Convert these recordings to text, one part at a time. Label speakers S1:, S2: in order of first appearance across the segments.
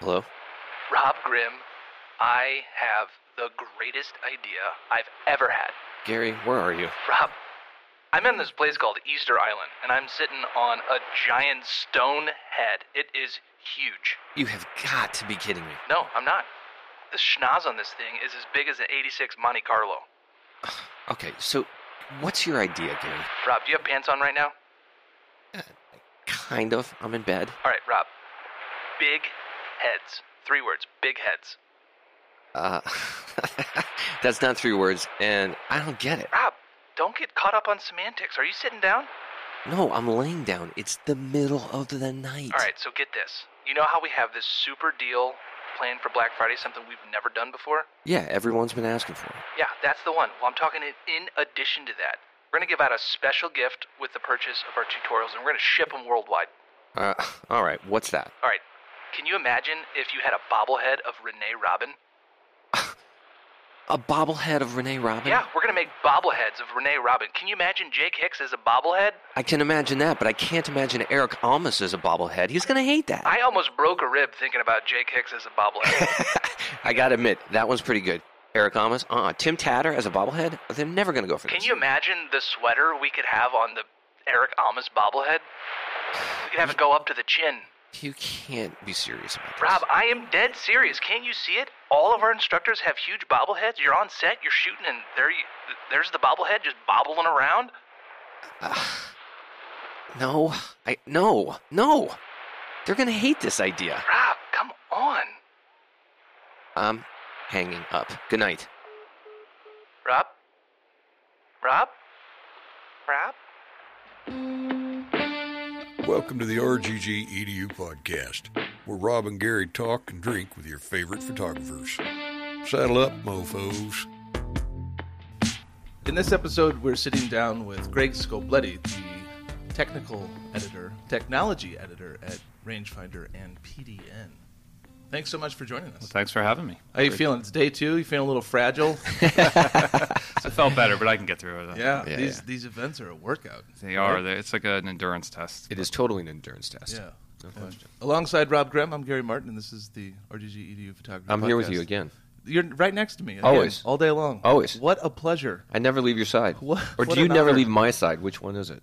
S1: Hello?
S2: Rob Grimm, I have the greatest idea I've ever had.
S1: Gary, where are you?
S2: Rob, I'm in this place called Easter Island, and I'm sitting on a giant stone head. It is huge.
S1: You have got to be kidding me.
S2: No, I'm not. The schnoz on this thing is as big as an 86 Monte Carlo.
S1: Okay, so what's your idea, Gary?
S2: Rob, do you have pants on right now?
S1: Kind of. I'm in bed.
S2: All right, Rob. Big heads. Three words big heads.
S1: Uh, that's not three words, and I don't get it.
S2: Rob, don't get caught up on semantics. Are you sitting down?
S1: No, I'm laying down. It's the middle of the night.
S2: All right, so get this. You know how we have this super deal planned for Black Friday, something we've never done before?
S1: Yeah, everyone's been asking for it.
S2: Yeah, that's the one. Well, I'm talking in, in addition to that. We're going to give out a special gift with the purchase of our tutorials, and we're going to ship them worldwide.
S1: Uh, all right, what's that?
S2: All right, can you imagine if you had a bobblehead of Renee Robin?
S1: A bobblehead of Renee Robin?
S2: Yeah, we're going to make bobbleheads of Renee Robin. Can you imagine Jake Hicks as a bobblehead?
S1: I can imagine that, but I can't imagine Eric Almas as a bobblehead. He's going to hate that.
S2: I almost broke a rib thinking about Jake Hicks as a bobblehead.
S1: I gotta admit, that one's pretty good. Eric Almas, uh uh Tim Tatter as a bobblehead, they're never gonna go for
S2: Can
S1: this.
S2: you imagine the sweater we could have on the Eric Almas bobblehead? We could have it go up to the chin.
S1: You can't be serious about this.
S2: Rob, I am dead serious. Can't you see it? All of our instructors have huge bobbleheads. You're on set, you're shooting, and there you, there's the bobblehead just bobbling around.
S1: No, I no, no. They're gonna hate this idea.
S2: Rob, come on.
S1: I'm hanging up. Good night.
S2: Rob? Rob? Rob?
S3: Welcome to the RGG EDU E podcast, where Rob and Gary talk and drink with your favorite photographers. Saddle up, mofos.
S4: In this episode, we're sitting down with Greg Scobletti, the technical editor, technology editor at Rangefinder and PDN. Thanks so much for joining us.
S5: Thanks for having me.
S4: How you feeling? It's day two. You feeling a little fragile?
S5: I felt better, but I can get through it.
S4: Yeah.
S1: Yeah,
S4: these
S1: yeah.
S4: these events are a workout.
S5: They are. They- It's like an endurance test.
S1: It is totally an endurance test.
S4: Yeah. And alongside Rob Grimm, I'm Gary Martin, and this is the RGG EDU E Photography.
S1: I'm here with
S4: Podcast.
S1: you again.
S4: You're right next to me. again,
S1: Always.
S4: all day long.
S1: Always.
S4: What a pleasure.
S1: I never leave your side.
S4: What-
S1: Or
S4: what
S1: do you
S4: an
S1: never
S4: honor.
S1: leave my side? Which one is it?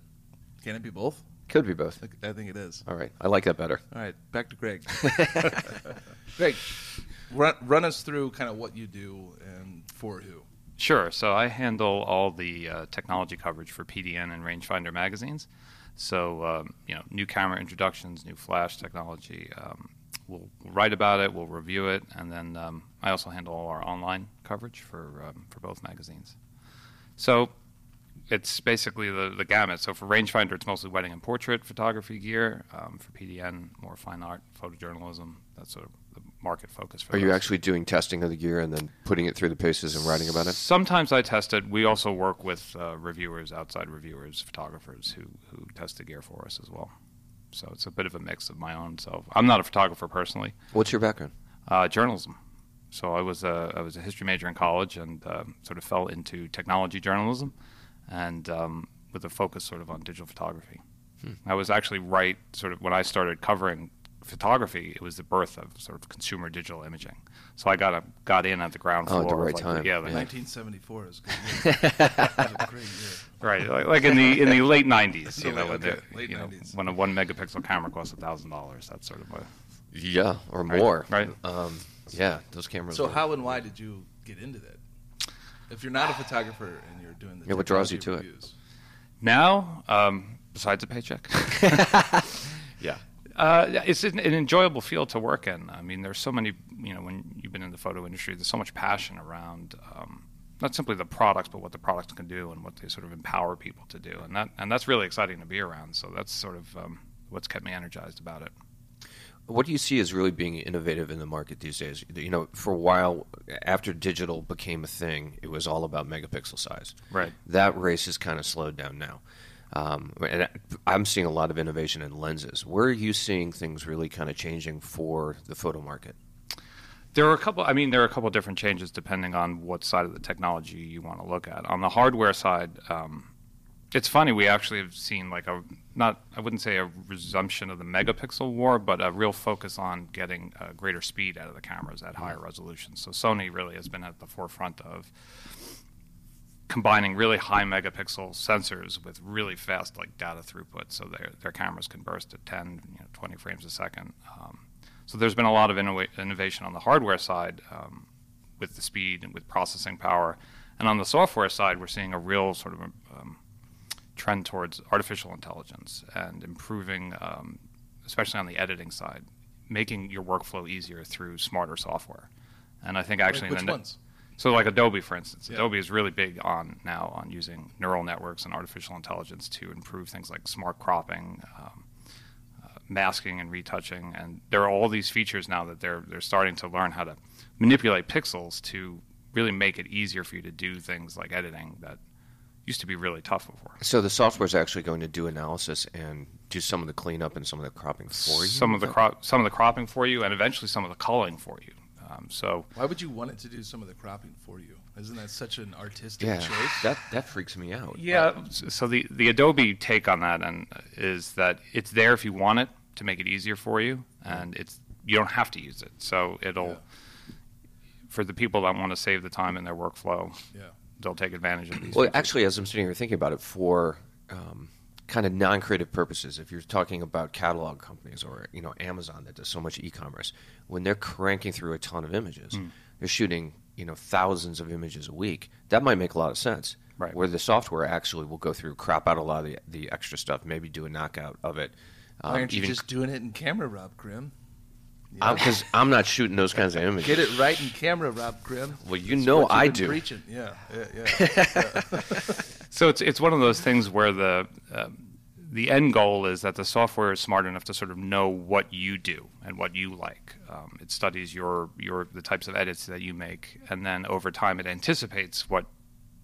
S4: Can it be both?
S1: Could be both.
S4: I think it is.
S1: All right. I like that better.
S4: All right, back to Greg. Greg, run, run us through kind of what you do and for who.
S5: Sure. So I handle all the uh, technology coverage for PDN and Rangefinder magazines. So um, you know, new camera introductions, new flash technology. Um, we'll, we'll write about it. We'll review it, and then um, I also handle all our online coverage for um, for both magazines. So it's basically the, the gamut. So for Rangefinder, it's mostly wedding and portrait photography gear. Um, for PDN, more fine art, photojournalism. That's sort of the market focus for.
S1: Are you
S5: those.
S1: actually doing testing of the gear and then putting it through the paces and writing about it?
S5: Sometimes I test it. We also work with uh, reviewers, outside reviewers, photographers who who test the gear for us as well. So it's a bit of a mix of my own self. I'm not a photographer personally.
S1: What's your background?
S5: Uh, journalism. So I was a I was a history major in college and um, sort of fell into technology journalism, and um, with a focus sort of on digital photography.
S1: Hmm.
S5: I was actually right sort of when I started covering photography. It was the birth of sort of consumer digital imaging. So I got a, got in at the ground
S1: Oh,
S5: floor.
S1: at the
S5: of,
S1: right
S5: like,
S1: time.
S5: yeah, the
S1: Yeah.
S4: 1974 is a good. Year. That was a great year.
S5: Right, like, like in the in the late nineties, you
S4: The
S5: know,
S4: late-
S5: when,
S4: okay,
S5: the,
S4: late
S5: you know
S4: 90s.
S5: when a one megapixel camera costs a thousand dollars, that's sort of a
S1: Yeah, or more.
S5: right.
S1: Um, yeah, those cameras.
S4: So
S1: were-
S4: how and why did you get into that? If you're not a photographer and you're doing the
S1: Yeah, what draws you
S4: technology
S1: to it?
S4: reviews,
S5: now. Um, besides a paycheck,
S1: Yeah.
S5: uh, yeah, it's an, an enjoyable field to work in. I mean, there's so many. You know, when you've been in the photo industry, there's so much passion around um, not simply the products, but what the products can do and what they sort of empower people to do, and that and that's really exciting to be around. So that's sort of um, what's kept me energized about it.
S1: What do you see as really being innovative in the market these days? You know, for a while after digital became a thing, it was all about megapixel size.
S5: Right.
S1: That race has kind of slowed down now. Um, and I'm seeing a lot of innovation in lenses. Where are you seeing things really kind of changing for the photo market?
S5: There are a couple. I mean, there are a couple of different changes depending on what side of the technology you want to look at. On the hardware side, um, it's funny we actually have seen like a not I wouldn't say a resumption of the megapixel war, but a real focus on getting uh, greater speed out of the cameras at higher resolutions. So Sony really has been at the forefront of combining really high megapixel sensors with really fast like data throughput, so their their cameras can burst at 10, you know, 20 frames a second. Um, so there's been a lot of innova- innovation on the hardware side um, with the speed and with processing power, and on the software side, we're seeing a real sort of um, trend towards artificial intelligence and improving, um, especially on the editing side, making your workflow easier through smarter software. And I think actually,
S4: Like, which
S5: in the-
S4: ones?
S5: so like Adobe, for instance,
S4: Yeah.
S5: Adobe is really big on now on using neural networks and artificial intelligence to improve things like smart cropping, um, uh, masking, and retouching. And there are all these features now that they're they're starting to learn how to manipulate pixels to really make it easier for you to do things like editing that used to be really tough before.
S1: So the software is actually going to do analysis and do some of the cleanup and some of the cropping for you. uh,
S5: Some of the crop, some of the cropping for you, and eventually some of the culling for you. Um, so
S4: Why would you want it to do some of the cropping for you? Isn't that such an artistic
S1: yeah,
S4: choice?
S1: that that freaks me out.
S5: Yeah. uh, So the the Adobe take on that and uh, is that it's there if you want it to make it easier for you, and it's you don't have to use it. So it'll for the people that want to save the time in their workflow,
S4: Yeah.
S1: Um,
S5: they'll take advantage of these.
S1: Well,
S5: features.
S1: actually, as I'm sitting here thinking about it, for um, kind of non-creative purposes, if you're talking about catalog companies or you know Amazon that does so much e-commerce, when they're cranking through a ton of images,
S4: Hmm.
S1: they're shooting you know thousands of images a week. That might make a lot of sense.
S5: Right.
S1: Where the software actually will go through, crop out a lot of the, the extra stuff, maybe do a knockout of it. Um,
S4: Why aren't you
S1: even-
S4: just doing it in camera, Rob Grimm?
S1: I'm- 'cause I'm not shooting those kinds of images.
S4: Get it right in camera, Rob Grimm.
S1: Well, you
S4: That's
S1: know
S4: what you've
S1: I
S4: been
S1: do.
S4: Preaching. Yeah, yeah, yeah.
S5: So it's it's one of those things where the um, the end goal is that the software is smart enough to sort of know what you do and what you like. Um, it studies your your the types of edits that you make, and then over time it anticipates what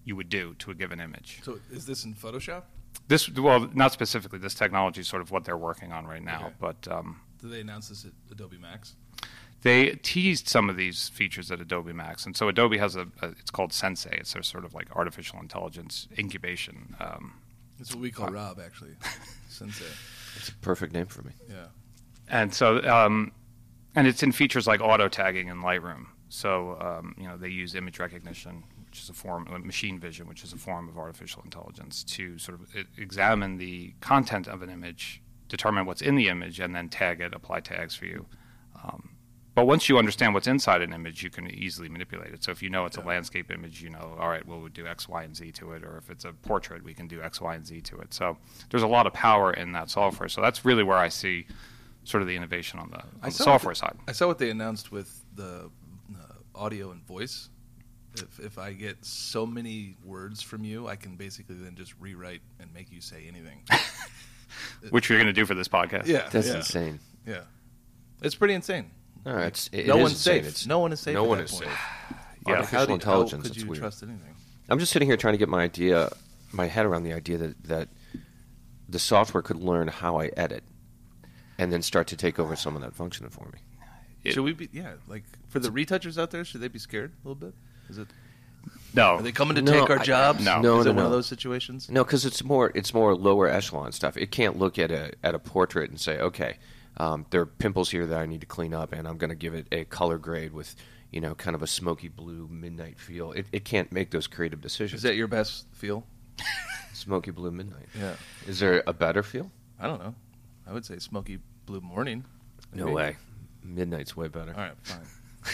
S5: you would do to a given image.
S4: so is this in Photoshop?
S5: This well, not specifically this technology is sort of what they're working on right now,
S4: Okay.
S5: but um,
S4: Did they announce this at Adobe Max?
S5: they teased some of these features at Adobe Max, and so Adobe has a, a it's called Sensei. It's their sort of like artificial intelligence incubation. Um,
S4: That's what we
S1: Uh,
S4: call Rob, actually. Sensei.
S1: It's a perfect name for me.
S4: Yeah.
S5: and so um, and it's in features like auto tagging in Lightroom. So um, you know they use image recognition, which is a form uh, machine vision, which is a form of artificial intelligence to sort of e- examine the content of an image, determine what's in the image, and then tag it, apply tags for you. Um, but once you understand what's inside an image, you can easily manipulate it. So if you know it's a landscape image, you know, all right, well, we'll do X, Y, and Z to it. Or if it's a portrait, we can do X, Y, and Z to it. So there's a lot of power in that software. So that's really where I see sort of the innovation on the, on the
S4: saw
S5: software
S4: what
S5: side.
S4: I saw what they announced with the uh, audio and voice. If, if I get so many words from you, I can basically then just rewrite and make you say anything.
S5: which you're going to do for this podcast.
S4: Yeah,
S1: That's
S4: yeah,
S1: insane.
S4: Yeah, it's pretty insane.
S1: No, it's, it
S4: no
S1: is
S4: one's
S1: insane.
S4: safe.
S1: It's-
S4: no one is safe.
S1: No
S4: at
S1: one
S4: that
S1: is
S4: point.
S1: safe.
S5: Yeah.
S4: Like, how
S1: Artificial
S4: do you,
S1: intelligence.
S4: How could
S1: it's
S4: you
S1: weird.
S4: trust anything?
S1: I'm just sitting here trying to get my idea, my head around the idea that, that the software could learn how I edit and then start to take over some of that function for me.
S5: It-
S4: should we be? Yeah, like for the retouchers out there, should they be scared a little bit? Is it?
S5: No.
S4: Are they coming to
S1: No,
S4: take our
S1: I-
S4: jobs?
S5: no.
S4: is
S1: No,
S4: it
S1: no,
S4: one of
S1: no.
S4: those situations?
S1: No, because it's more it's more lower echelon stuff. It can't look at a at a portrait and say, okay, um, there are pimples here that I need to clean up, and I'm going to give it a color grade with you know kind of a smoky blue midnight feel. It, it can't make those creative
S4: Is
S1: decisions.
S4: that your best feel?
S1: smoky blue midnight?
S4: Yeah,
S1: Is there a better feel?
S4: I don't know. I would say smoky blue morning.
S1: No way. Midnight's way better.
S4: All right, fine.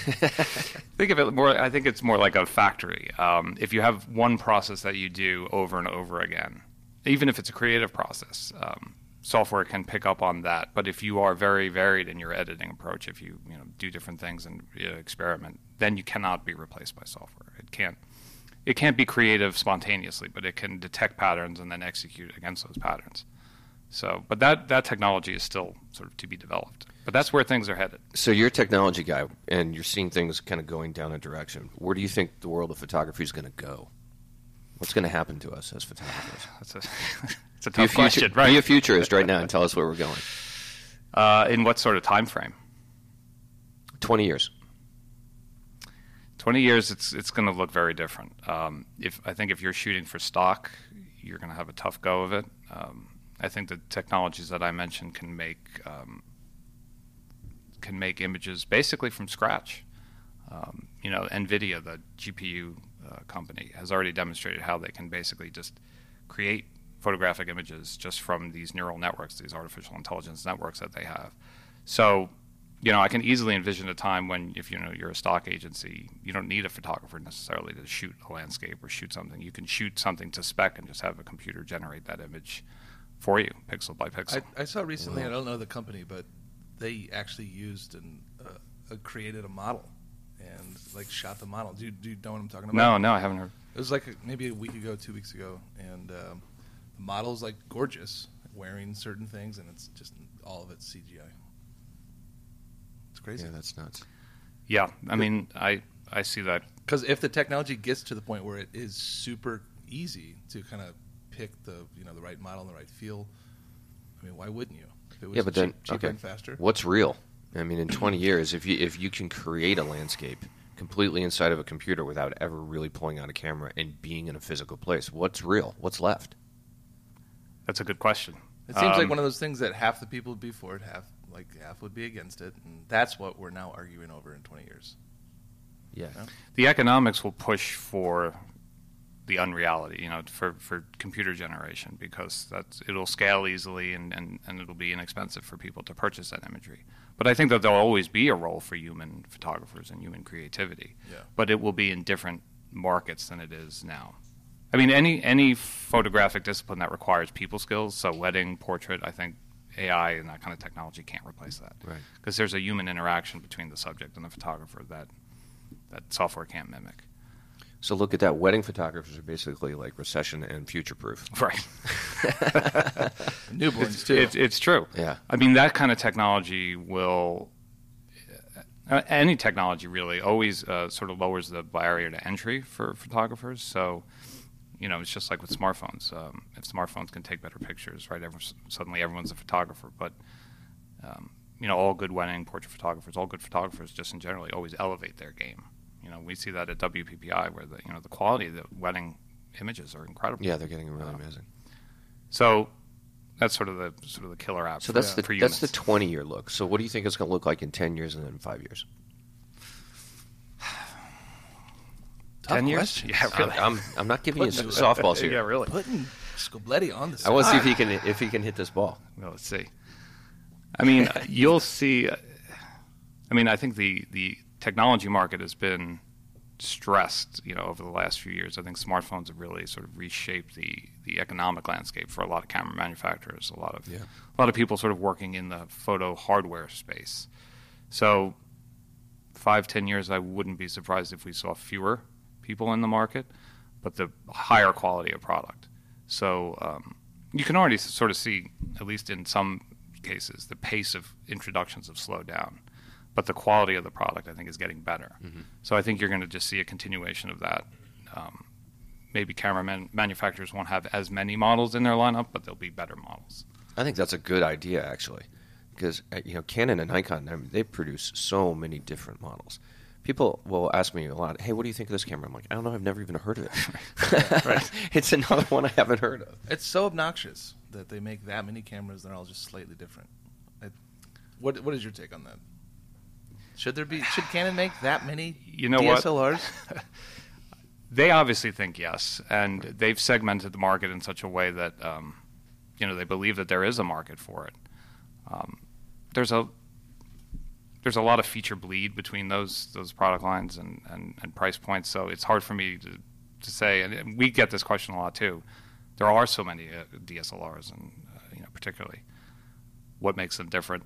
S5: Think of it more. I think it's more like a factory. Um, if you have one process that you do over and over again, even if it's a creative process, um, software can pick up on that. But if you are very varied in your editing approach, if you you know do different things and you know, experiment, then you cannot be replaced by software. It can't. It can't be creative spontaneously, but it can detect patterns and then execute against those patterns. So, but that that technology is still sort of to be developed. But that's where things are headed.
S1: So you're a technology guy, and you're seeing things kind of going down a direction. Where do you think the world of photography is going to go? What's going to happen to us as photographers?
S5: That's a it's a
S1: Be a,
S5: tough
S1: future-
S5: question, right?
S1: be a futurist right now and tell us where we're going.
S5: Uh, in what sort of time frame?
S1: 20 years.
S5: Twenty years, it's it's going to look very different. Um, if I think if you're shooting for stock, you're going to have a tough go of it. Um, I think the technologies that I mentioned can make um, can make images basically from scratch. Um, you know, NVIDIA, the GPU uh, company, has already demonstrated how they can basically just create photographic images just from these neural networks, these artificial intelligence networks that they have. So, you know, I can easily envision a time when, if you know, you're a stock agency, you don't need a photographer necessarily to shoot a landscape or shoot something. You can shoot something to spec and just have a computer generate that image for you, pixel by pixel.
S4: I, I saw recently, I don't know the company, but they actually used and uh, uh, created a model and like shot the model. Do you, do you know what I'm talking about?
S5: no, no, I haven't heard.
S4: It was like a, maybe a week ago, two weeks ago, and um, the model's like gorgeous, wearing certain things, and it's just all of it's CGI. It's crazy.
S1: Yeah, that's nuts.
S5: Yeah, I mean, I I see that.
S4: Because if the technology gets to the point where it is super easy to kind of pick the you know the right model and the right feel, I mean, why wouldn't you? If it was
S1: Yeah, but then-
S4: cheap- cheaper
S1: okay.
S4: and faster.
S1: What's real? I mean, in 20 years, if you if you can create a landscape completely inside of a computer without ever really pulling out a camera and being in a physical place, what's real? What's left?
S5: That's a good question.
S4: It seems like
S5: Um,
S4: one of those things that half the people would be for it, half like half would be against it, and that's what we're now arguing over in 20 years.
S1: Yeah.
S5: the economics will push for the unreality, you know, for, for computer generation because that's it'll scale easily and, and, and it'll be inexpensive for people to purchase that imagery. But I think that there'll always be a role for human photographers and human creativity.
S4: Yeah.
S5: But it will be in different markets than it is now. I mean any any photographic discipline that requires people skills, so wedding, portrait, I think AI and that kind of technology can't replace that.
S1: Right.
S5: Because there's a human interaction between the subject and the photographer that that software can't mimic.
S1: So look at that. Wedding photographers are basically like recession and future proof.
S5: Right.
S4: Newborns too.
S5: It's, it's true.
S1: Yeah.
S5: I mean, that kind of technology will, uh, any technology really, always uh, sort of lowers the barrier to entry for photographers. So, you know, it's just like with smartphones. Um, if smartphones can take better pictures, right? Every, suddenly everyone's a photographer. But, um, you know, all good wedding portrait photographers, all good photographers, just in generally, always elevate their game. You know, we see that at WPPI where the you know the quality of the wedding images are incredible.
S1: Yeah, they're getting really amazing.
S5: So that's sort of the sort of the killer app.
S1: So that's
S5: for,
S1: the
S5: for
S1: that's
S5: humans.
S1: the 20 year look. So what do you think it's going to look like in 10 years and then in 5 years?
S4: Tough
S5: 10 years?
S4: question.
S5: Yeah, really.
S1: I'm I'm not giving you
S4: Putting it-
S1: softballs here.
S5: Yeah, really.
S4: Putting Scobletti on the
S1: I
S4: spot.
S1: want to see if he can if he can hit this ball.
S5: Well, let's see. I mean, you'll see. I mean, I think the the technology market has been stressed, you know, over the last few years. I think smartphones have really sort of reshaped the the economic landscape for a lot of camera manufacturers, a lot of a lot of people sort of working in the photo hardware space. So, five ten years, I wouldn't be surprised if we saw fewer people in the market, but the higher quality of product. So um, you can already s- sort of see, at least in some cases, the pace of introductions have slowed down, but the quality of the product I think is getting better. So I think you're going to just see a continuation of that. Um, maybe camera man- manufacturers won't have as many models in their lineup, but they'll be better models.
S1: I think that's a good idea actually, because uh, you know Canon and Nikon, I mean, they produce so many different models. People will ask me a lot, "Hey, what do you think of this camera?" I'm like, "I don't know. I've never even heard of it. it's another one I haven't heard of."
S4: It's so obnoxious that they make that many cameras. They're all just slightly different. I, what What is your take on that? Should there be? Should Canon make that many?
S5: You know what?
S4: DSLRs?
S5: They obviously think yes, and they've segmented the market in such a way that um, you know they believe that there is a market for it. Um, there's a there's a lot of feature bleed between those those product lines and, and, and price points, so it's hard for me to, to say. And- And we get this question a lot too. There are so many uh, DSLRs, and uh, you know particularly what makes them different.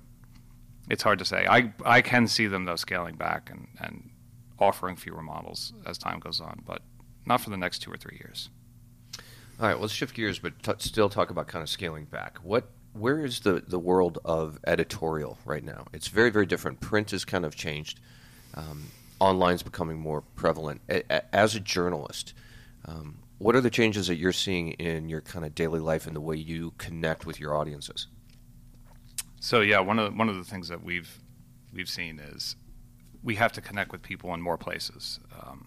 S5: It's hard to say. I I can see them though scaling back and, and offering fewer models as time goes on, but not for the next two or three years.
S1: All right, well, let's shift gears, but t- still talk about kind of scaling back. What, where is the the world of editorial right now? It's very, very different. Print has kind of changed. Um, online's becoming more prevalent. A- a- as a journalist, um, what are the changes that you're seeing in your kind of daily life and the way you connect with your audiences?
S5: So yeah, one of the, one of the things that we've we've seen is we have to connect with people in more places. Um,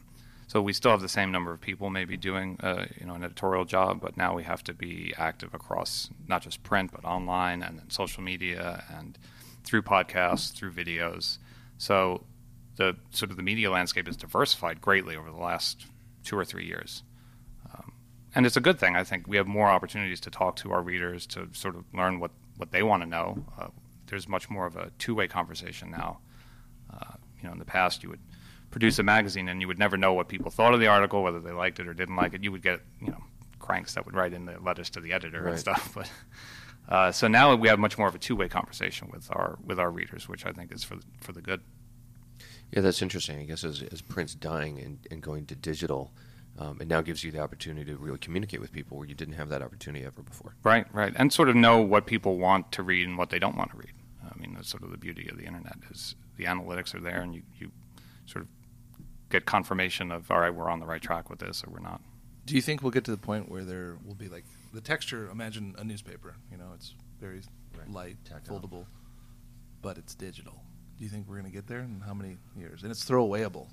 S5: So we still have the same number of people maybe doing uh, you know an editorial job, but now we have to be active across not just print but online and then social media and through podcasts, through videos. So the sort of the media landscape has diversified greatly over the last two or three years. Um, and it's a good thing. I think we have more opportunities to talk to our readers to sort of learn what, what they want to know. Uh, there's much more of a two way conversation now. Uh, you know, in the past, you would produce a magazine and you would never know what people thought of the article, whether they liked it or didn't like it. You would get, you know, cranks that would write in the letters to the editor
S1: Right.
S5: and stuff. But uh, so now we have much more of a two way conversation with our with our readers, which I think is for the, for the good.
S1: Yeah, that's interesting. I guess as, as print's dying and, and going to digital, um, it now gives you the opportunity to really communicate with people where you didn't have that opportunity ever before.
S5: Right, right, and sort of know what people want to read and what they don't want to read. I mean, that's sort of the beauty of the internet is the analytics are there, and you, you sort of get confirmation of all right, we're on the right track with this, or we're not.
S4: Do you think we'll get to the point where there will be like the texture? Imagine a newspaper. You know, it's very light,
S1: Tactile.
S4: foldable, but it's digital. Do you think we're going to get there in how many years? And it's throwawayable.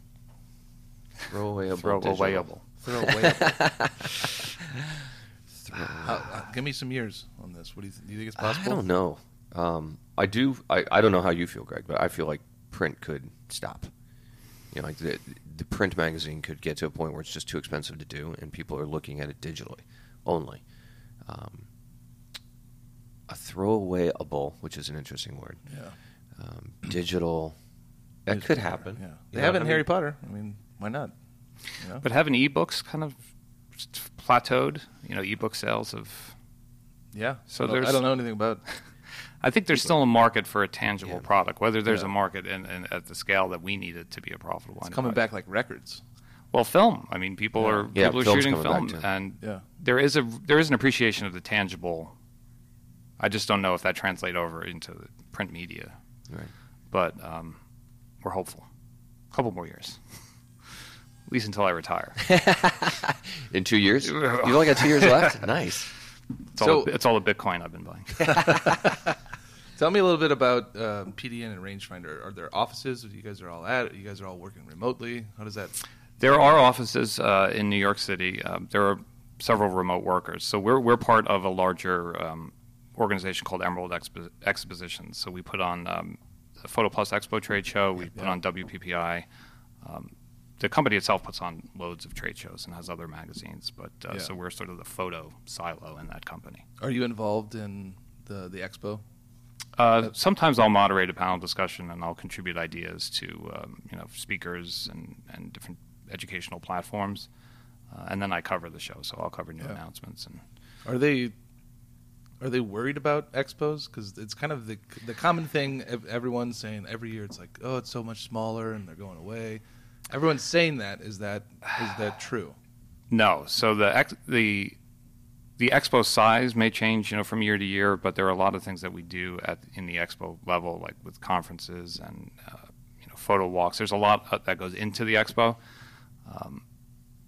S1: Throwawayable.
S5: Throw
S1: digital.
S5: awayable.
S4: Throwawayable. How- uh, give me some years on this. What do you think? Do you think it's possible?
S1: I don't know. Um, I do. I, I don't know how you feel, Greg, but I feel like print could stop. You know, like the, the print magazine could get to a point where it's just too expensive to do, and people are looking at it digitally only. Um, a throwawayable, which is an interesting word,
S4: Yeah.
S1: um, digital. That could happen.
S4: Yeah.
S1: You
S4: They
S1: know,
S4: have it in
S1: I mean,
S4: Harry Potter. I mean, why not? You know?
S5: But haven't ebooks kind of plateaued? You know, ebook sales have.
S4: Yeah.
S5: So
S4: I don't-
S5: there's-
S4: I don't know anything about.
S5: I think there's still a market for a tangible
S1: Yeah.
S5: product, whether there's
S4: Yeah.
S5: a market in, in, at the scale that we need it to be a profitable.
S4: It's coming
S5: enterprise.
S4: back like records.
S5: Well, film. I mean, people are
S1: Yeah,
S5: people are
S1: film's
S5: shooting
S1: coming back,
S5: film,
S1: too.
S5: and
S4: Yeah.
S5: there is a there is an appreciation of the tangible. I just don't know if that translate over into the print media,
S1: Right.
S5: but um, we're hopeful. A couple more years, at least until I retire.
S1: In two years, you've only got two years left. Nice.
S5: It's, all,
S4: So-
S5: the, it's all the Bitcoin I've been buying.
S4: Tell me a little bit about um, PDN and Rangefinder. Are there offices that you guys are all at? You guys are all working remotely. How does that?
S5: There are offices uh, in New York City. Um, there are several remote workers. So we're, we're part of a larger um, organization called Emerald Expo- Expositions. So we put on um, the Photo Plus Expo trade show. We put
S4: Yeah.
S5: on WPPI. Um, the company itself puts on loads of trade shows and has other magazines. But uh,
S4: Yeah.
S5: so we're sort of the photo silo in that company.
S4: Are you involved in the the expo?
S5: Uh, sometimes I'll moderate a panel discussion and I'll contribute ideas to um, you know speakers and, and different educational platforms, uh, and then I cover the show. So I'll cover new
S4: Yeah.
S5: announcements and
S4: Are they are they worried about expos? Because it's kind of the the common thing. ev- Everyone's saying every year it's like, oh, it's so much smaller and they're going away. Everyone's saying that. Is that is that true?
S5: no. So the ex- the the expo size may change you know from year to year, but there are a lot of things that we do at in the expo level, like with conferences and uh, you know photo walks. There's a lot uh, that goes into the expo. Um,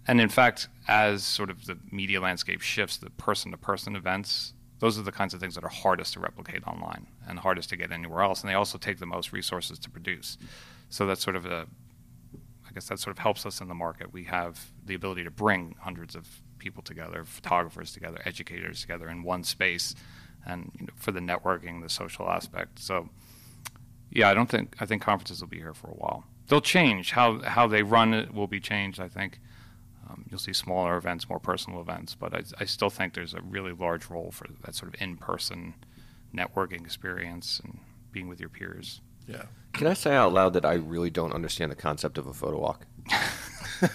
S5: and in fact, as sort of the media landscape shifts, the person to person events, those are the kinds of things that are hardest to replicate online and hardest to get anywhere else. And they also take the most resources to produce. So that's sort of a, I guess that sort of helps us in the market. We have the ability to bring hundreds of people together, photographers together, educators together in one space, and you know, for the networking, the social aspect. So, yeah, I don't think I think conferences will be here for a while. They'll change how how they run it will be changed. I think um, you'll see smaller events, more personal events, but I, I still think there's a really large role for that sort of in person networking experience and being with your peers.
S4: Yeah.
S1: Can I say out loud that I really don't understand the concept of a photo walk? I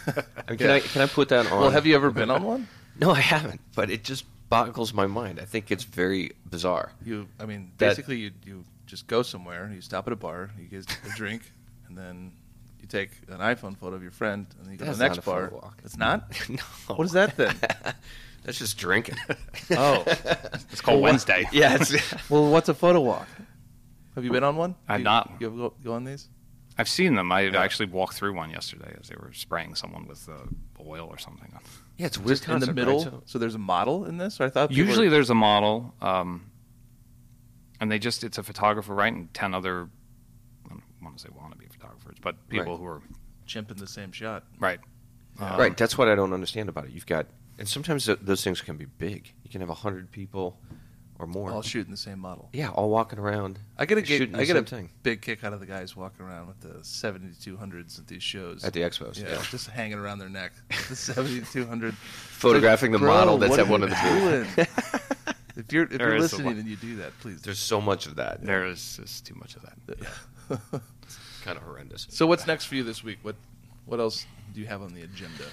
S1: mean, can, I, can I put that on?
S4: Well, have you ever been on one?
S1: No, I haven't. But it just boggles my mind. I think it's very bizarre.
S4: You, I mean,
S1: That-
S4: basically, you you just go somewhere, you stop at a bar, you get a drink, and then you take an iPhone photo of your friend, and then you go to
S1: That's
S4: the next
S1: not a
S4: bar.
S1: photo walk.
S4: It's not.
S1: no.
S4: What is that then?
S1: That's just drinking.
S4: oh,
S5: It's called Wednesday.
S1: yeah. It's,
S4: well, what's a photo walk? Have you been on one?
S5: I've
S4: You-
S5: not.
S4: You ever go, go on these?
S5: I've seen them. I actually walked through one yesterday as they were spraying someone with uh, oil or something.
S1: yeah, it's a weird
S4: in
S1: concept,
S4: the
S1: right?
S4: middle.
S1: So-
S4: So there's a model in this. Or I thought people
S5: Usually
S4: were-
S5: there's a model, um, and they just it's a photographer, right, and ten other. I don't want to say wannabe photographers, but people
S1: Right.
S5: who are
S4: chimp in the same shot.
S5: right.
S4: Uh-huh.
S5: Um,
S1: right. That's what I don't understand about it. You've got, and sometimes th- those things can be big. You can have hundred people or more.
S4: all shooting the same model.
S1: yeah, all walking around.
S4: I get a
S1: shooting
S4: get,
S1: the
S4: I get
S1: same
S4: a
S1: thing
S4: big kick out of the guys walking around with the 7200s at these shows.
S1: at the expos.
S4: yeah,
S1: Yeah.
S4: just hanging around their neck. The 7200.
S1: Photographing the
S4: Bro,
S1: model that's
S4: what
S1: at
S4: are
S1: one
S4: you
S1: of the booths.
S4: doing? if you're if
S5: There
S4: you're
S5: is a
S4: listening
S5: lot.
S4: and you do that, please.
S1: There's so much of that.
S5: There is just too much of that.
S1: Kind of horrendous.
S4: so what's next for you this week? What what else do you have on the agenda?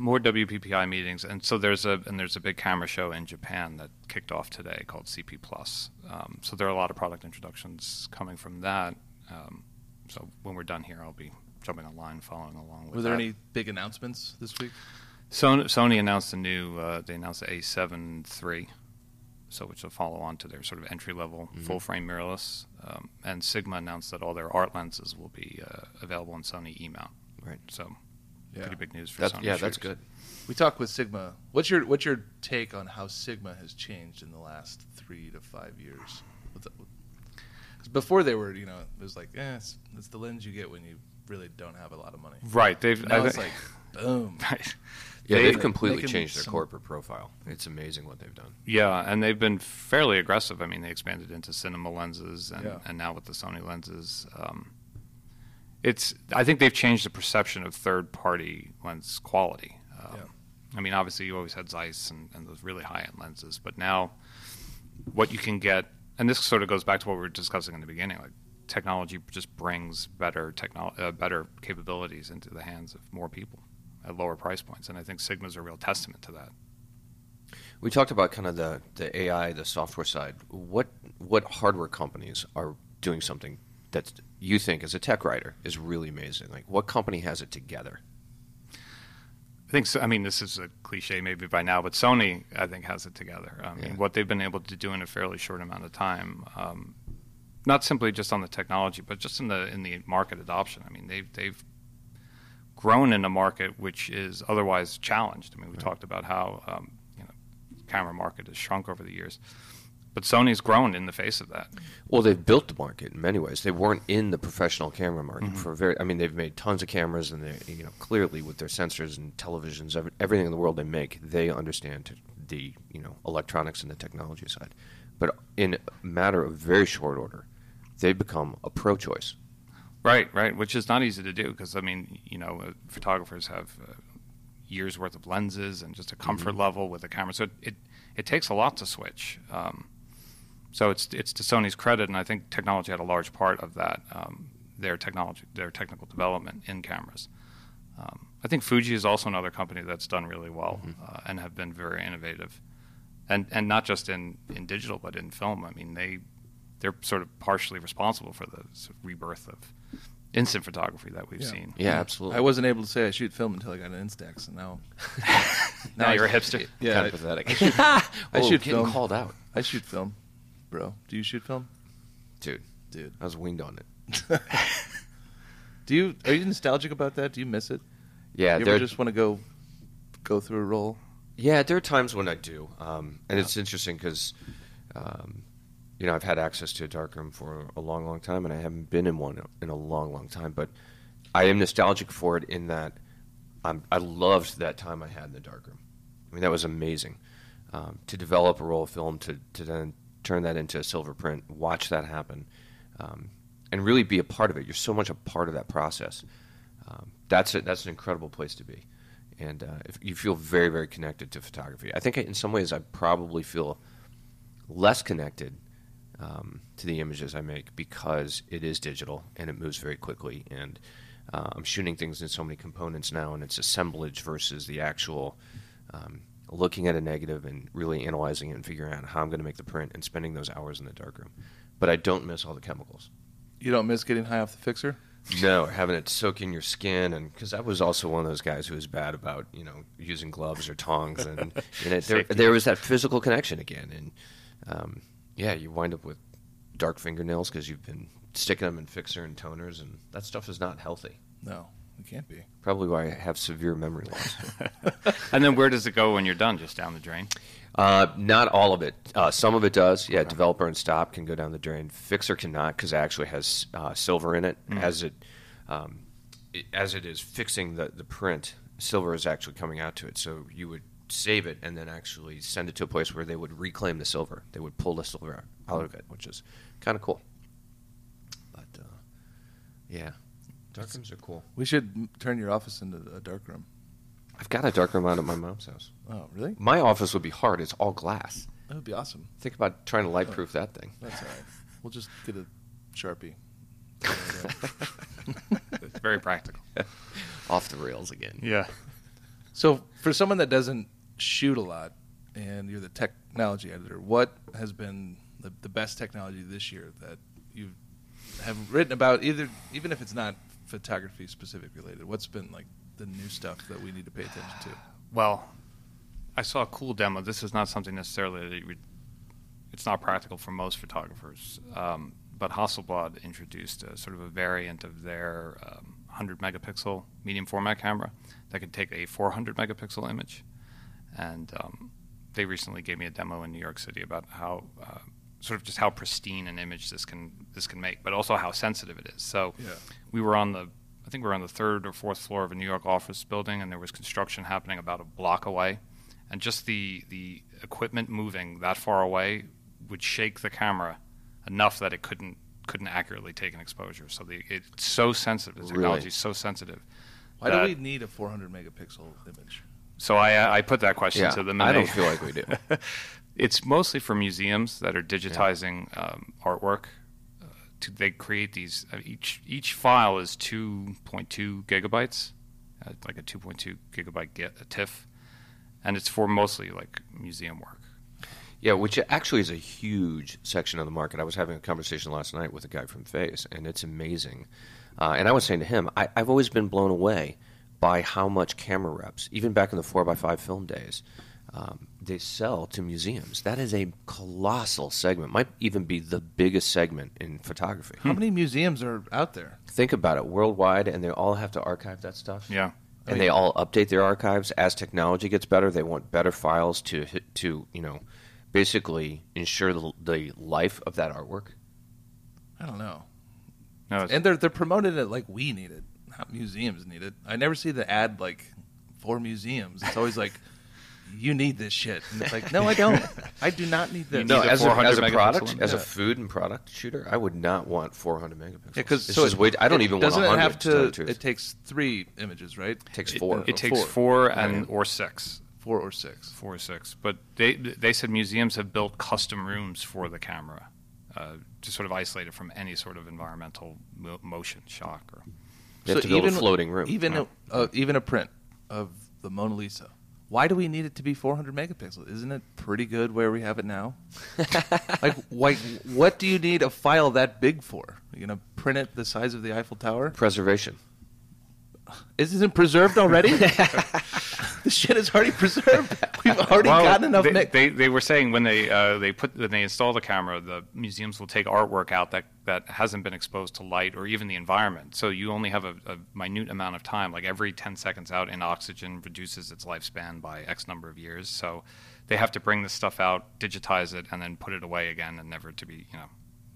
S5: More WPPI meetings, and so there's a and there's a big camera show in Japan that kicked off today called CP Plus. Um, so there are a lot of product introductions coming from that. Um, so when we're done here, I'll be jumping online, following along. With
S4: Were there
S5: that.
S4: any big announcements this week?
S5: Sony, Sony announced a new. Uh, they announced the A7 III, so which will follow on to their sort of entry level full frame mirrorless. Um, and Sigma announced that all their art lenses will be uh, available on Sony E mount.
S1: Right.
S5: So
S4: Yeah.
S5: pretty big news for
S1: That's,
S5: Sony.
S1: yeah, that's good.
S5: shooters.
S4: We talked with Sigma. What's your what's your take on how Sigma has changed in the last three to five years? With the- 'cause before they were, you know, it was like, eh, it's, it's the lens you get when you really don't have a lot of money.
S5: Right. They've.
S4: Now
S5: I
S4: it's
S5: thi-
S4: like, boom.
S5: Right.
S1: Yeah, they've,
S5: They've-
S1: completely
S4: they can-
S1: changed their
S4: some-
S1: corporate profile. It's amazing what they've done.
S5: Yeah, and they've been fairly aggressive. I mean, they expanded into cinema lenses, and,
S4: Yeah.
S5: and now with the Sony lenses, um, it's. I think they've changed the perception of third-party lens quality. Um,
S4: Yeah.
S5: I mean, obviously, you always had Zeiss and, and those really high-end lenses, but now what you can get, and this sort of goes back to what we were discussing in the beginning, like technology just brings better technol uh, better capabilities into the hands of more people at lower price points, and I think Sigma's a real testament to that.
S1: We talked about kind of the, the AI, the software side. What what hardware companies are doing something that you think as a tech writer is really amazing? Like what company has it together?
S5: I think so. I mean, this is a cliche maybe by now, but Sony, I think, has it together. I mean,
S1: Yeah.
S5: what they've been able to do in a fairly short amount of time, um, not simply just on the technology, but just in the in the market adoption. I mean, they've they've grown in a market which is otherwise challenged. I mean, we talked about how um, you know camera market has shrunk over the years, but Sony's grown in the face of that.
S1: Well, they've built the market in many ways. They weren't in the professional camera market for very. I mean, they've made tons of cameras, and they, you know, clearly with their sensors and televisions, ev- everything in the world they make, they understand the you know electronics and the technology side. But in a matter of very short order, they become a pro-choice.
S5: Right, right, which is not easy to do because I mean, you know, uh, photographers have uh, years worth of lenses and just a comfort level with a camera, so it, it it takes a lot to switch. Um, so it's it's to Sony's credit, and I think technology had a large part of that. Um, their technology, their technical development in cameras. Um, I think Fuji is also another company that's done really well uh, and have been very innovative, and and not just in in digital but in film. I mean, they they're sort of partially responsible for the sort of rebirth of instant photography that we've
S4: Yeah.
S5: seen.
S1: Yeah, absolutely.
S4: I wasn't able to say I shoot film until I got an Instax, and now
S5: Now,
S4: I-
S5: you're a hipster.
S4: yeah,
S1: kind
S4: I,
S1: of pathetic. I
S4: should
S1: getting
S4: film.
S1: called out,
S4: I shoot film, bro. Do you shoot film,
S1: dude.
S4: dude?
S1: I was weaned on it.
S4: Do you are you nostalgic about that? Do you miss it?
S1: Yeah,
S4: you
S1: there.
S4: ever just want to go go through a roll?
S1: Yeah, there are times when I do, um, and it's interesting because, um, you know, I've had access to a darkroom for a long, long time, and I haven't been in one in a long, long time. But I am nostalgic for it in that I'm, I loved that time I had in the darkroom. I mean, that was amazing um, to develop a roll of film to to then turn that into a silver print, watch that happen, um, and really be a part of it. You're so much a part of that process. Um, that's a, that's an incredible place to be and uh, if you feel very, very connected to photography. I think in some ways I probably feel less connected um, to the images I make because it is digital and it moves very quickly. And uh, I'm shooting things in so many components now, and it's assemblage versus the actual um, looking at a negative and really analyzing it and figuring out how I'm going to make the print and spending those hours in the darkroom. But I don't miss all the chemicals.
S4: You don't miss getting high off the fixer?
S1: No, having it soak in your skin, and because I was also one of those guys who was bad about you know using gloves or tongs, and, and it, there,
S5: Safety.
S1: there was that physical connection again, and um, yeah, you wind up with dark fingernails because you've been sticking them in fixer and toners, and that stuff is not healthy.
S4: No, it can't be.
S1: Probably why I have severe memory loss.
S5: And then where does it go when you're done? Just down the drain.
S1: Uh, not all of it. Uh, some of it does. Yeah, developer and stop can go down the drain. Fixer cannot because it actually has Mm. uh, silver in it. As it, um, it as it is fixing the the print, silver is actually coming out to it. So you would save it and then actually send it to a place where they would reclaim the silver. They would pull the silver out of it, which is kind of cool. But uh, yeah, dark rooms are cool.
S4: We should m- turn your office into a dark room.
S1: I've got a dark room out at my mom's house.
S4: Oh, really?
S1: My office would be hard. It's all glass.
S4: That would be awesome.
S1: Think about trying to light proof that thing.
S4: That's all right. We'll just get a sharpie.
S5: It's very practical.
S1: Off the rails again.
S5: yeah.
S4: So, for someone that doesn't shoot a lot, and you're the technology editor, what has been the, the best technology this year that you have written about? Either, even if it's not photography specific related, what's been like the new stuff that we need to pay attention to?
S5: Well, I saw a cool demo. This is not something necessarily that you would, it's not practical for most photographers. Um, but Hasselblad introduced a, sort of a variant of their um, 100 megapixel medium format camera that could take a 400 megapixel image. And um, they recently gave me a demo in New York City about how, uh, sort of just how pristine an image this can this can make, but also how sensitive it is. So
S4: Yeah.
S5: we were on the I think we were on the third or fourth floor of a New York office building, and there was construction happening about a block away, and just the the equipment moving that far away would shake the camera enough that it couldn't couldn't accurately take an exposure. So the it's so sensitive. The
S1: Really?
S5: technology is so sensitive.
S4: Why
S5: that-
S4: do we need a 400 megapixel image?
S5: So I I put that question
S1: Yeah,
S5: to them. and
S1: I don't
S5: they-
S1: feel like we do.
S5: it's mostly for museums that are digitizing um, artwork. Uh, to, they create these. Uh, each each file is 2.2 gigabytes, uh, like a 2.2 gigabyte get, a TIFF, and it's for mostly like museum work.
S1: Yeah, which actually is a huge section of the market. I was having a conversation last night with a guy from Phase, and it's amazing. Uh, and I was saying to him, I, I've always been blown away by how much camera reps, even back in the 4x5 film days, um, they sell to museums. That is a colossal segment, might even be the biggest segment in photography.
S4: How many museums are out there?
S1: Think about it worldwide, and they all have to archive that stuff.
S5: Yeah.
S4: Oh,
S1: and they all update their archives as technology gets better. They want better files to hit- to you know basically ensure the, the life of that artwork.
S4: I don't know.
S5: No, it's,
S4: And they're they're promoting it like we need it, not museums need it. I never see the ad like for museums. It's always like, you need this shit, and it's like, no, I don't. I do not need this.
S5: need No, the
S1: as a,
S5: 400
S1: as a
S5: megapixel
S1: product,
S5: one?
S1: as a
S4: Yeah.
S1: food and product shooter, I would not want 400 megapixels.
S4: Yeah, 'cause-
S1: It's
S4: so
S1: just way- I don't
S4: it-
S1: even want
S4: doesn't
S1: 100.
S4: it have
S1: to tell the
S4: to?
S1: truth.
S4: it takes three images, right?
S1: takes four.
S5: it takes four, and or six,
S4: four or six.
S5: four or six. But they they said museums have built custom rooms for the camera. Uh, to sort of isolate it from any sort of environmental mo- motion shock or
S1: They have to build a floating room.
S4: Even a, uh, even a print of the Mona Lisa. Why do we need it to be 400 megapixels? Isn't it pretty good where we have it now? like, why, what do you need a file that big for? You're gonna print it the size of the Eiffel Tower?
S1: preservation.
S4: Isn't it preserved already? the shit is already preserved. We've already
S5: Well,
S4: gotten enough.
S5: They,
S4: meg-
S5: they, they were saying when they uh, they put when they install the camera, the museums will take artwork out that, that hasn't been exposed to light or even the environment. So you only have a, a minute amount of time. Like every ten seconds out in oxygen reduces its lifespan by X number of years. So they have to bring this stuff out, digitize it, and then put it away again and never to be you know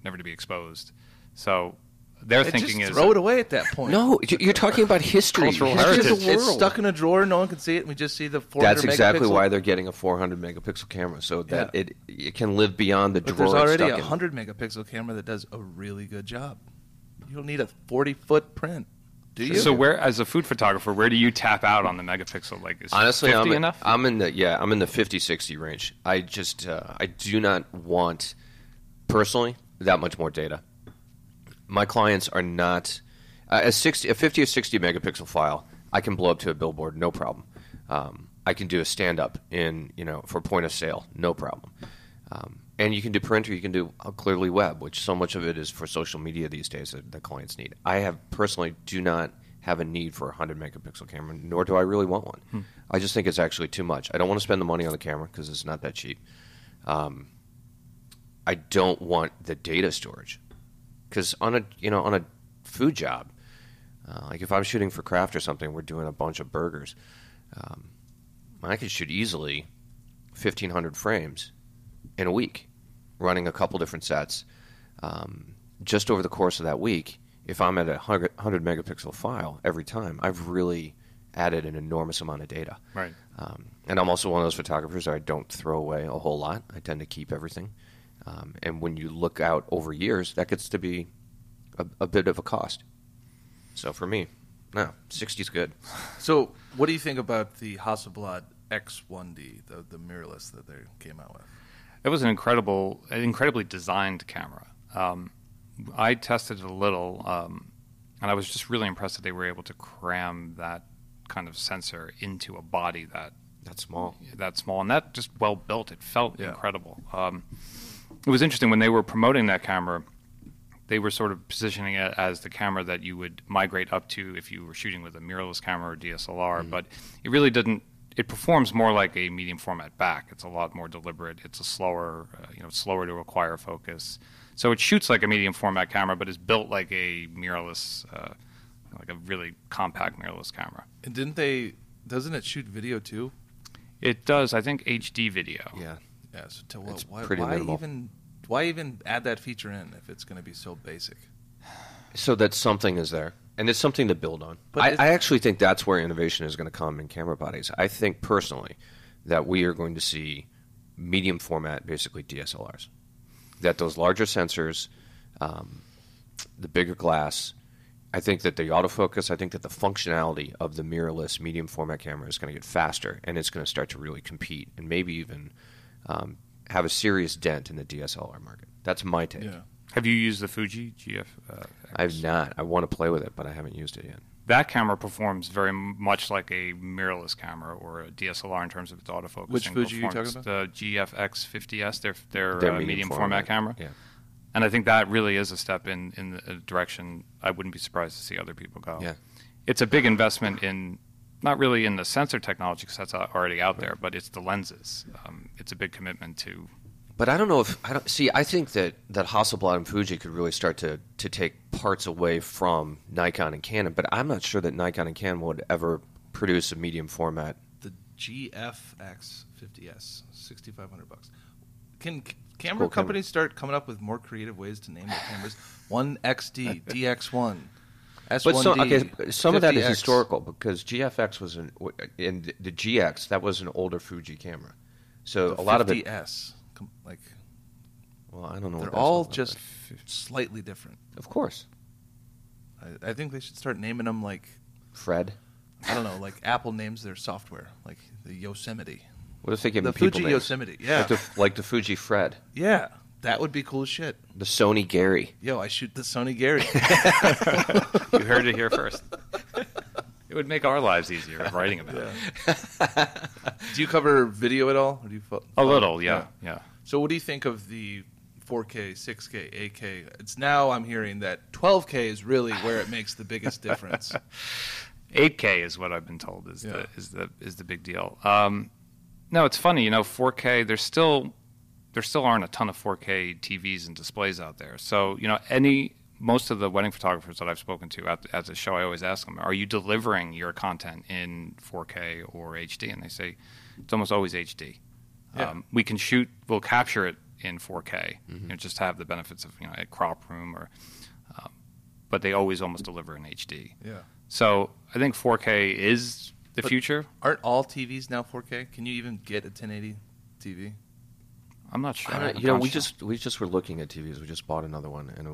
S5: never to be exposed. So their
S4: Just
S5: thinking is
S4: throw it away at that point.
S1: No, you- you're talking about history.
S5: Cultural
S1: history of the
S5: heritage.
S4: It's
S1: world.
S4: stuck in a drawer. No one can see it. and We just see the 400
S1: That's exactly
S4: megapixel.
S1: why they're getting a 400 megapixel camera, so that
S4: Yeah.
S1: it it can live beyond the
S4: But
S1: drawer.
S4: there's
S1: it's
S4: already
S1: stuck
S4: a
S1: in.
S4: 100 megapixel camera that does a really good job. You don't need a 40 foot print, do you?
S5: So where as a food photographer, where do you tap out on the megapixel? Like is
S1: Honestly,
S5: 50
S1: I'm,
S5: enough?
S1: I'm in the yeah, I'm in the 50 60 range. I just uh, I do not want personally that much more data. My clients are not uh, a 60 a 50 or 60 megapixel file. I can blow up to a billboard, no problem. Um, I can do a stand up in you know for point of sale, no problem. Um, and you can do print or you can do uh, clearly web, which so much of it is for social media these days that, that clients need. I have personally do not have a need for a 100 megapixel camera, nor do I really want one. I just think it's actually too much. I don't want to spend the money on the camera because it's not that cheap. Um, I don't want the data storage because on a you know on a food job, uh, like if I'm shooting for craft or something, we're doing a bunch of burgers. Um, I could shoot easily 1,500 frames in a week, running a couple different sets. Um, just over the course of that week, if I'm at a 100 megapixel file every time, I've really added an enormous amount of data.
S5: Right.
S1: Um, and I'm also one of those photographers that I don't throw away a whole lot. I tend to keep everything. Um, and when you look out over years, that gets to be a, a bit of a cost. So for me, no, 60's good.
S4: So, what do you think about the Hasselblad X1D, the, the mirrorless that they came out with?
S5: It was an incredible, an incredibly designed camera. Um, I tested it a little, um, and I was just really impressed that they were able to cram that kind of sensor into a body that
S1: That's small.
S5: that small, and that just well built. It felt
S4: Yeah.
S5: incredible. Um, it was interesting when they were promoting that camera. They were sort of positioning it as the camera that you would migrate up to if you were shooting with a mirrorless camera or DSLR, but it really didn't. It performs more like a medium format back. It's a lot more deliberate. It's a slower, uh, you know, slower to acquire focus. So it shoots like a medium format camera, but is built like a mirrorless, uh, like a really compact mirrorless camera.
S4: And didn't they? Doesn't it shoot video too?
S5: It does, I think, HD video.
S1: Yeah.
S4: Yeah. So, to, what
S1: It's
S4: why,
S1: pretty
S4: why
S1: minimal.
S4: even? Why even add that feature in if it's going to be so basic?
S1: So that something is there, and it's something to build on.
S4: But
S1: I,
S4: it-
S1: I actually think that's where innovation is going to come in camera bodies. I think personally that we are going to see medium format, basically DSLRs. That those larger sensors, um, the bigger glass. I think that the autofocus, I think that the functionality of the mirrorless medium format camera is going to get faster, and it's going to start to really compete, and maybe even um, have a serious dent in the DSLR market. That's my take.
S4: Yeah.
S5: Have you used the Fuji GF? Uh,
S1: I've not. I want to play with it, but I haven't used it yet.
S5: that camera performs very m- much like a mirrorless camera or a DSLR in terms of its autofocus.
S4: Which
S5: and
S4: Fuji are you
S5: performance.
S4: talking
S5: The GFX50S, their their,
S1: Their
S5: uh, medium,
S1: medium format,
S5: format, camera.
S1: yeah.
S5: And I think that really is a step in in the direction I wouldn't be surprised to see other people go.
S1: Yeah.
S5: It's a big investment in not really in the sensor technology because that's already out there, but it's the lenses. Um, it's a big commitment to
S1: But I don't know if I don't see. I think that that Hasselblad and Fuji could really start to to take parts away from Nikon and Canon. But I'm not sure that Nikon and Canon would ever produce a medium format.
S4: The GFX 50s, 6,500 bucks. Can c-
S1: cool
S4: camera
S1: camera.
S4: companies start coming up with more creative ways to name their cameras? One XD, DX1, S1D.
S1: But some, okay, some of that is
S4: 50X.
S1: historical because GFX was an in the GX that was an older Fuji camera. So
S4: The
S1: a lot of it.
S4: 50S, com- like
S1: Well, I don't know. what
S4: they're
S1: that's
S4: all
S1: about,
S4: just slightly different.
S1: but- of course,
S4: I, I think they should start naming them like
S1: Fred.
S4: I don't know, like Apple names their software, like the Yosemite,
S1: What if they give
S4: the
S1: them people
S4: Fuji
S1: names?
S4: Yosemite. Yeah,
S1: Like the, like the Fuji Fred,
S4: yeah, that would be cool as shit.
S1: the Sony Gary.
S4: Yo, I shoot the Sony Gary.
S5: You heard it here first. It would make our lives easier of writing about it.
S4: do you cover video at all? Or do you? Fo-
S5: A little, yeah, yeah.
S4: So, what do you think of the 4K, 6K, 8K? It's now I'm hearing that 12K is really where it makes the biggest difference.
S5: 8K is what I've been told is
S4: Yeah.
S5: the is the is the big deal. Um, no, it's funny, you know, 4K. There's still there still aren't a ton of 4K TVs and displays out there. So you know, any most of the wedding photographers that I've spoken to at, at the show, I always ask them, "Are you delivering your content in 4K or HD?" And they say, "It's almost always HD.
S4: Yeah. Mm-hmm.
S5: Um, we can shoot, we'll capture it in 4K. You know, just have the benefits of you know a crop room or." um, But they always almost deliver in HD.
S4: Yeah.
S5: So I think 4K is the
S4: But-
S5: future.
S4: Aren't all TVs now 4K? Can you even get a 1080 TV?
S5: I'm not sure.
S1: I don't, you know, we just we just were looking at TVs. We just bought another one, and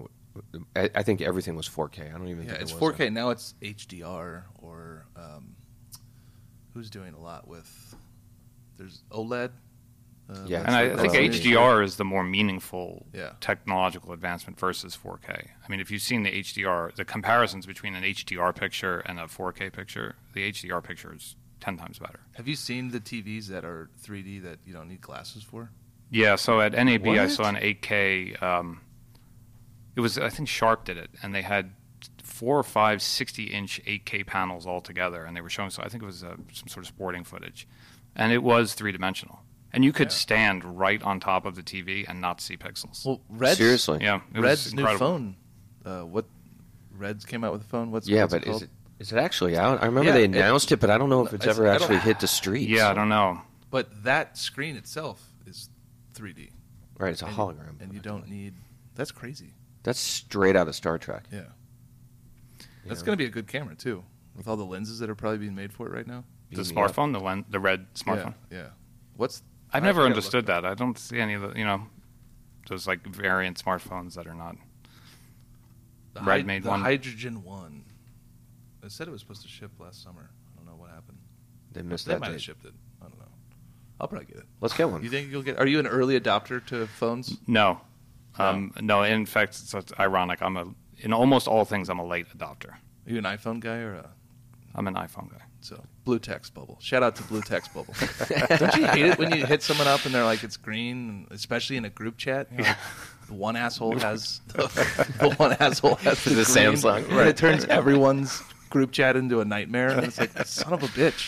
S1: it, I, I think everything was 4K. I don't even
S4: Yeah,
S1: think
S4: it's
S1: it
S4: 4K
S1: was
S4: now. It's HDR or um, who's doing a lot with? There's OLED. Uh,
S1: Yeah.
S5: And I, I
S1: That's
S5: think
S1: what
S4: really-
S1: it is.
S5: HDR is the more meaningful
S4: Yeah.
S5: technological advancement versus 4K. I mean, if you've seen the HDR, the comparisons between an HDR picture and a 4K picture, the HDR picture is 10 times better.
S4: Have you seen the TVs that are 3D that you don't need glasses for?
S5: Yeah, so at NAB I
S1: What?
S5: saw an 8K. Um, it was I think Sharp did it, and they had four or five 60-inch 8K panels all together, and they were showing. So I think it was uh, some sort of sporting footage, and it was three dimensional, and you could
S4: Yeah.
S5: stand right on top of the TV and not see pixels.
S4: Well, Red's,
S1: seriously.
S5: yeah, it was
S4: Red's new
S5: incredible.
S4: phone. Uh, what? Red's came out with a phone. What's
S1: Yeah,
S4: what's
S1: but
S4: called?
S1: is it is it actually out? I remember
S4: Yeah,
S1: they
S4: it-
S1: announced it, but I don't know if it's
S4: it's-
S1: ever
S4: I don't-
S1: actually hit the streets.
S5: Yeah, I don't know.
S4: But that screen itself is 3D.
S1: right. It's a
S4: and-
S1: hologram,
S4: and you don't need. That's crazy.
S1: That's straight out of Star Trek.
S4: Yeah. That's
S1: Yeah.
S4: going to be a good camera too. with all the lenses that are probably being made for it right now.
S5: The
S1: Beam me up.
S5: smartphone, the len- the red smartphone.
S4: Yeah, yeah. What's
S5: I've
S4: I
S5: never
S4: forget
S5: understood
S4: what-
S5: that. I don't see any of the you know those like variant smartphones that are not.
S4: The
S5: Red
S4: hy-
S5: made
S4: the
S5: one.
S4: Hydrogen one. They said it was supposed to ship last summer. I don't know what happened.
S1: They missed
S4: They
S1: that
S4: might have
S1: date.
S4: shipped it. I don't know. I'll probably get it.
S1: Let's get one.
S4: You think you'll get? Are you an early adopter to phones?
S5: No, um, no. In fact, it's, it's ironic. I'm a in almost all things I'm a late adopter.
S4: Are you an iPhone guy or a
S5: I'm an iPhone guy.
S4: so blue text bubble? Shout out to blue text bubble. Don't you hate it when you hit someone up and they're like, "It's green," especially in a group chat? You're like, the one asshole has the, the one asshole has the,
S1: The
S4: green,"
S1: Samsung.
S4: and it turns everyone's group chat into a nightmare. And it's like, son of a bitch.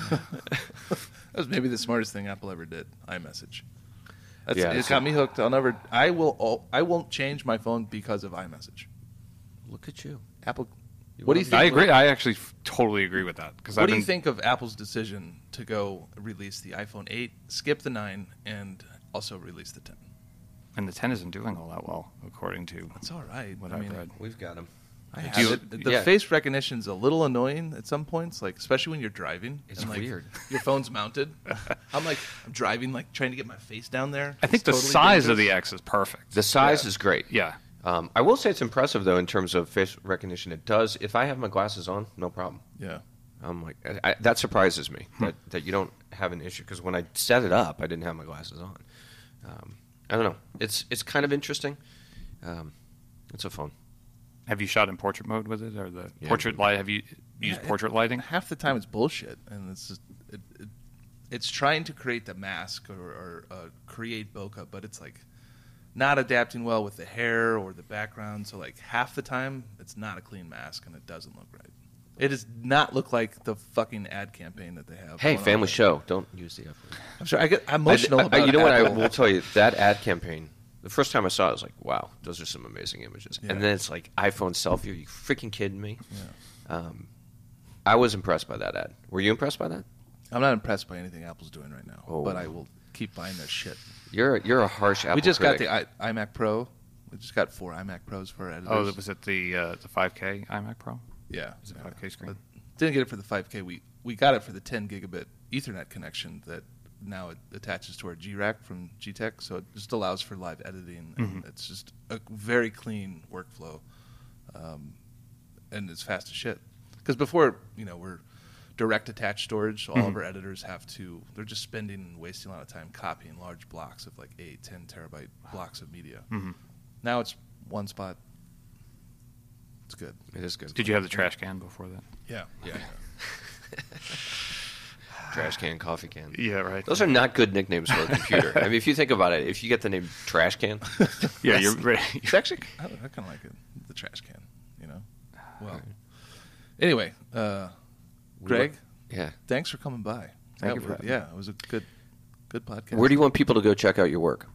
S4: that was maybe the smartest thing Apple ever did. iMessage. That's,
S1: Yeah,
S4: it
S1: that's
S4: got me hooked. I'll never. I will. al- I won't change my phone because of iMessage.
S1: Look at you.
S4: Apple. What do you think?
S5: I agree. I actually f- totally agree with that because
S4: What
S5: I've
S4: do
S5: been
S4: you think of Apple's decision to go release the iPhone 8, skip the 9, and also release the 10?
S5: and the 10 isn't doing all that well according to
S4: It's all right.
S5: what
S4: I
S5: I've
S4: mean,
S5: read.
S1: We've got him.
S4: I
S5: Do
S4: have
S5: you-
S4: it. The
S1: yeah.
S4: face recognition's a little annoying at some points, like especially when you're driving.
S1: It's
S4: and, like,
S1: weird.
S4: Your phone's mounted. I'm like, I'm driving, like trying to get my face down there.
S5: I think
S4: It's
S5: the
S4: totally
S5: size of
S4: dangerous.
S5: the X is perfect.
S1: The size is great.
S5: Yeah.
S1: Um, I will say it's impressive though in terms of face recognition. It does. If I have my glasses on, no problem.
S4: Yeah.
S1: I'm like I, I, that surprises me that, that you don't have an issue because when I set it up, I didn't have my glasses on. Um, I don't know. It's it's kind of interesting. Um, it's a phone.
S5: Have you shot in portrait mode with it or the
S1: Yeah.
S5: portrait light? Have you
S4: Yeah,
S5: used
S4: it-
S5: portrait lighting?
S4: half the time it's bullshit, and it's just, it, it, it's trying to create the mask or, or uh, create bokeh, but it's like not adapting well with the hair or the background. So like half the time it's not a clean mask, and it doesn't look right. It does not look like the fucking ad campaign that they have.
S1: Hey,
S4: going on.
S1: family show. Don't use the F word.
S4: I'm sure I get emotional
S1: I- I-
S4: about.
S1: You know what? I
S4: Apple.
S1: will tell you that ad campaign. The first time I saw it, I was like, "Wow, those are some amazing images."
S4: Yeah.
S1: And then it's like iPhone selfie. Are you freaking kidding me? Um, I was impressed by that ad. Were you impressed by that?
S4: I'm not impressed by anything Apple's doing right now,
S1: Oh.
S4: but I will keep buying their shit.
S1: You're you're a harsh Apple.
S4: we just
S1: critic.
S4: got the I, iMac Pro. We just got four iMac Pros for our editors.
S5: Oh, was it the uh, the 5K iMac Pro?
S4: yeah,
S5: Is it
S4: yeah.
S5: 5K screen?
S4: didn't get it for the 5K. We we got it for the 10 gigabit Ethernet connection that now it attaches to our G Rack from GTEC, so it just allows for live editing. And It's just a very clean workflow, um, and it's fast as shit. Because before, you know, we're direct attached storage. All of our editors have to. They're just spending and wasting a lot of time copying large blocks of like eight, 10 terabyte blocks of media. Now it's one spot. It's good.
S1: It is good.
S5: Did you have the trash can before that?
S4: Yeah. Yeah.
S1: trash can, coffee can.
S5: Yeah, right.
S1: Those are not good nicknames for a computer. I mean, if you think about it, if you get the name trash can,
S5: yeah, you're right.
S4: It's actually I, I kind of like it. The trash can, you know. Well, anyway, uh, Greg,
S1: yeah.
S4: thanks for coming by.
S1: Thank
S4: That
S1: you for
S4: was-
S1: having
S4: yeah, it was a good, good podcast.
S1: Where do you want people to go check out your work?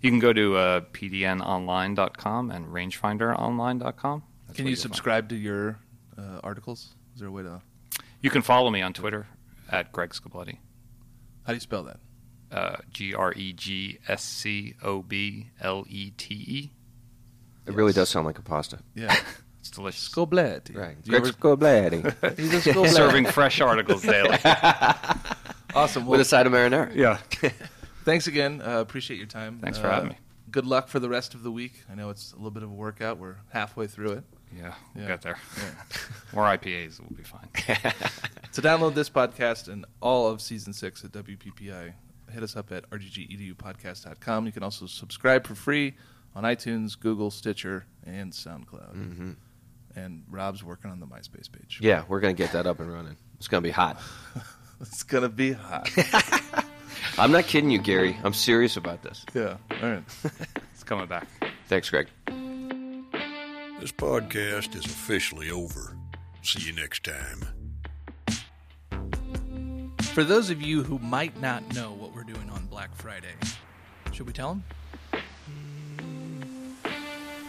S5: You can go to uh, pdnonline.com and rangefinderonline.com. That's
S4: can
S5: where
S4: you
S5: you'll find-
S4: subscribe to your uh, articles? Is there a way to?
S5: You can follow me on Twitter at Greg Scobletti.
S4: How do you spell that?
S5: Uh, G R E G S C O B L E T E.
S1: It really does sound like a pasta.
S4: Yeah,
S5: It's delicious.
S4: Scobletti. Do you
S1: Greg Scobletti.
S4: ever- He's a Scobletti.
S5: Serving fresh articles daily.
S4: Awesome.
S1: With
S4: Well,
S1: a side of marinara.
S5: yeah.
S4: thanks again. Uh, appreciate your time.
S5: Thanks
S4: Uh,
S5: for having me.
S4: Good luck for the rest of the week. I know it's a little bit of a workout. We're halfway through it.
S5: Yeah,
S4: Yeah.
S5: we'll get there.
S4: Yeah.
S5: More IPAs will be fine.
S4: To download this podcast and all of season six at WPPI, hit us up at rggedupodcast.com. You can also subscribe for free on iTunes, Google, Stitcher, and SoundCloud. And Rob's working on the MySpace page.
S1: Yeah, we're gonna get that up and running. It's gonna be hot.
S4: It's going to be hot.
S1: I'm not kidding you, Gary. I'm serious about this.
S4: yeah. All right.
S5: It's coming back.
S1: Thanks, Greg.
S3: This podcast is officially over. See you next time.
S6: For those of you who might not know what we're doing on Black Friday, should we tell them?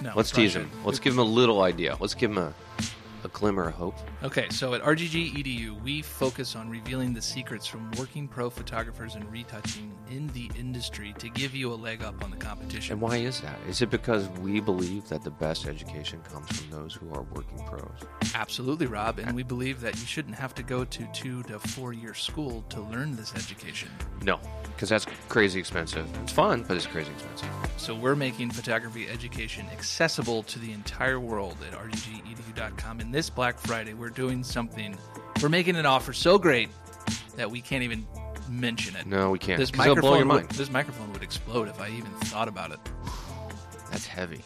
S6: No.
S1: Let's
S6: probably
S1: tease him.
S6: shouldn't.
S1: Let's give him a little idea. Let's give him a, a glimmer of hope.
S4: Okay, so at RGG EDU, E we focus on revealing the secrets from working pro photographers and retouching in the industry to give you a leg up on the competition.
S1: And why is that? Is it because we believe that the best education comes from those who are working pros?
S4: Absolutely, Rob, and we believe that you shouldn't have to go to two to four year school to learn this education.
S1: No, because that's crazy expensive. It's fun, but it's crazy expensive.
S4: So we're making photography education accessible to the entire world at rggedu.com. And this Black Friday, we're doing something. We're making an offer so great that we can't even mention it.
S1: No, we can't.
S4: This
S1: 'cause it'll blow your
S4: microphone,
S1: mind.
S4: would, this microphone would explode if I even thought about it.
S1: That's heavy.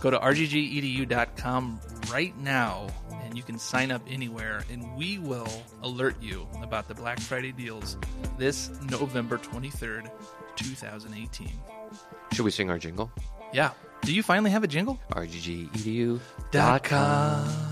S4: Go to rggedu.com right now and you can sign up anywhere and we will alert you about the Black Friday deals this November 23rd, 2018.
S1: Should we sing our jingle? E
S4: Yeah. Do you finally have a jingle?
S1: RGGEDU.com.
S4: Dot com.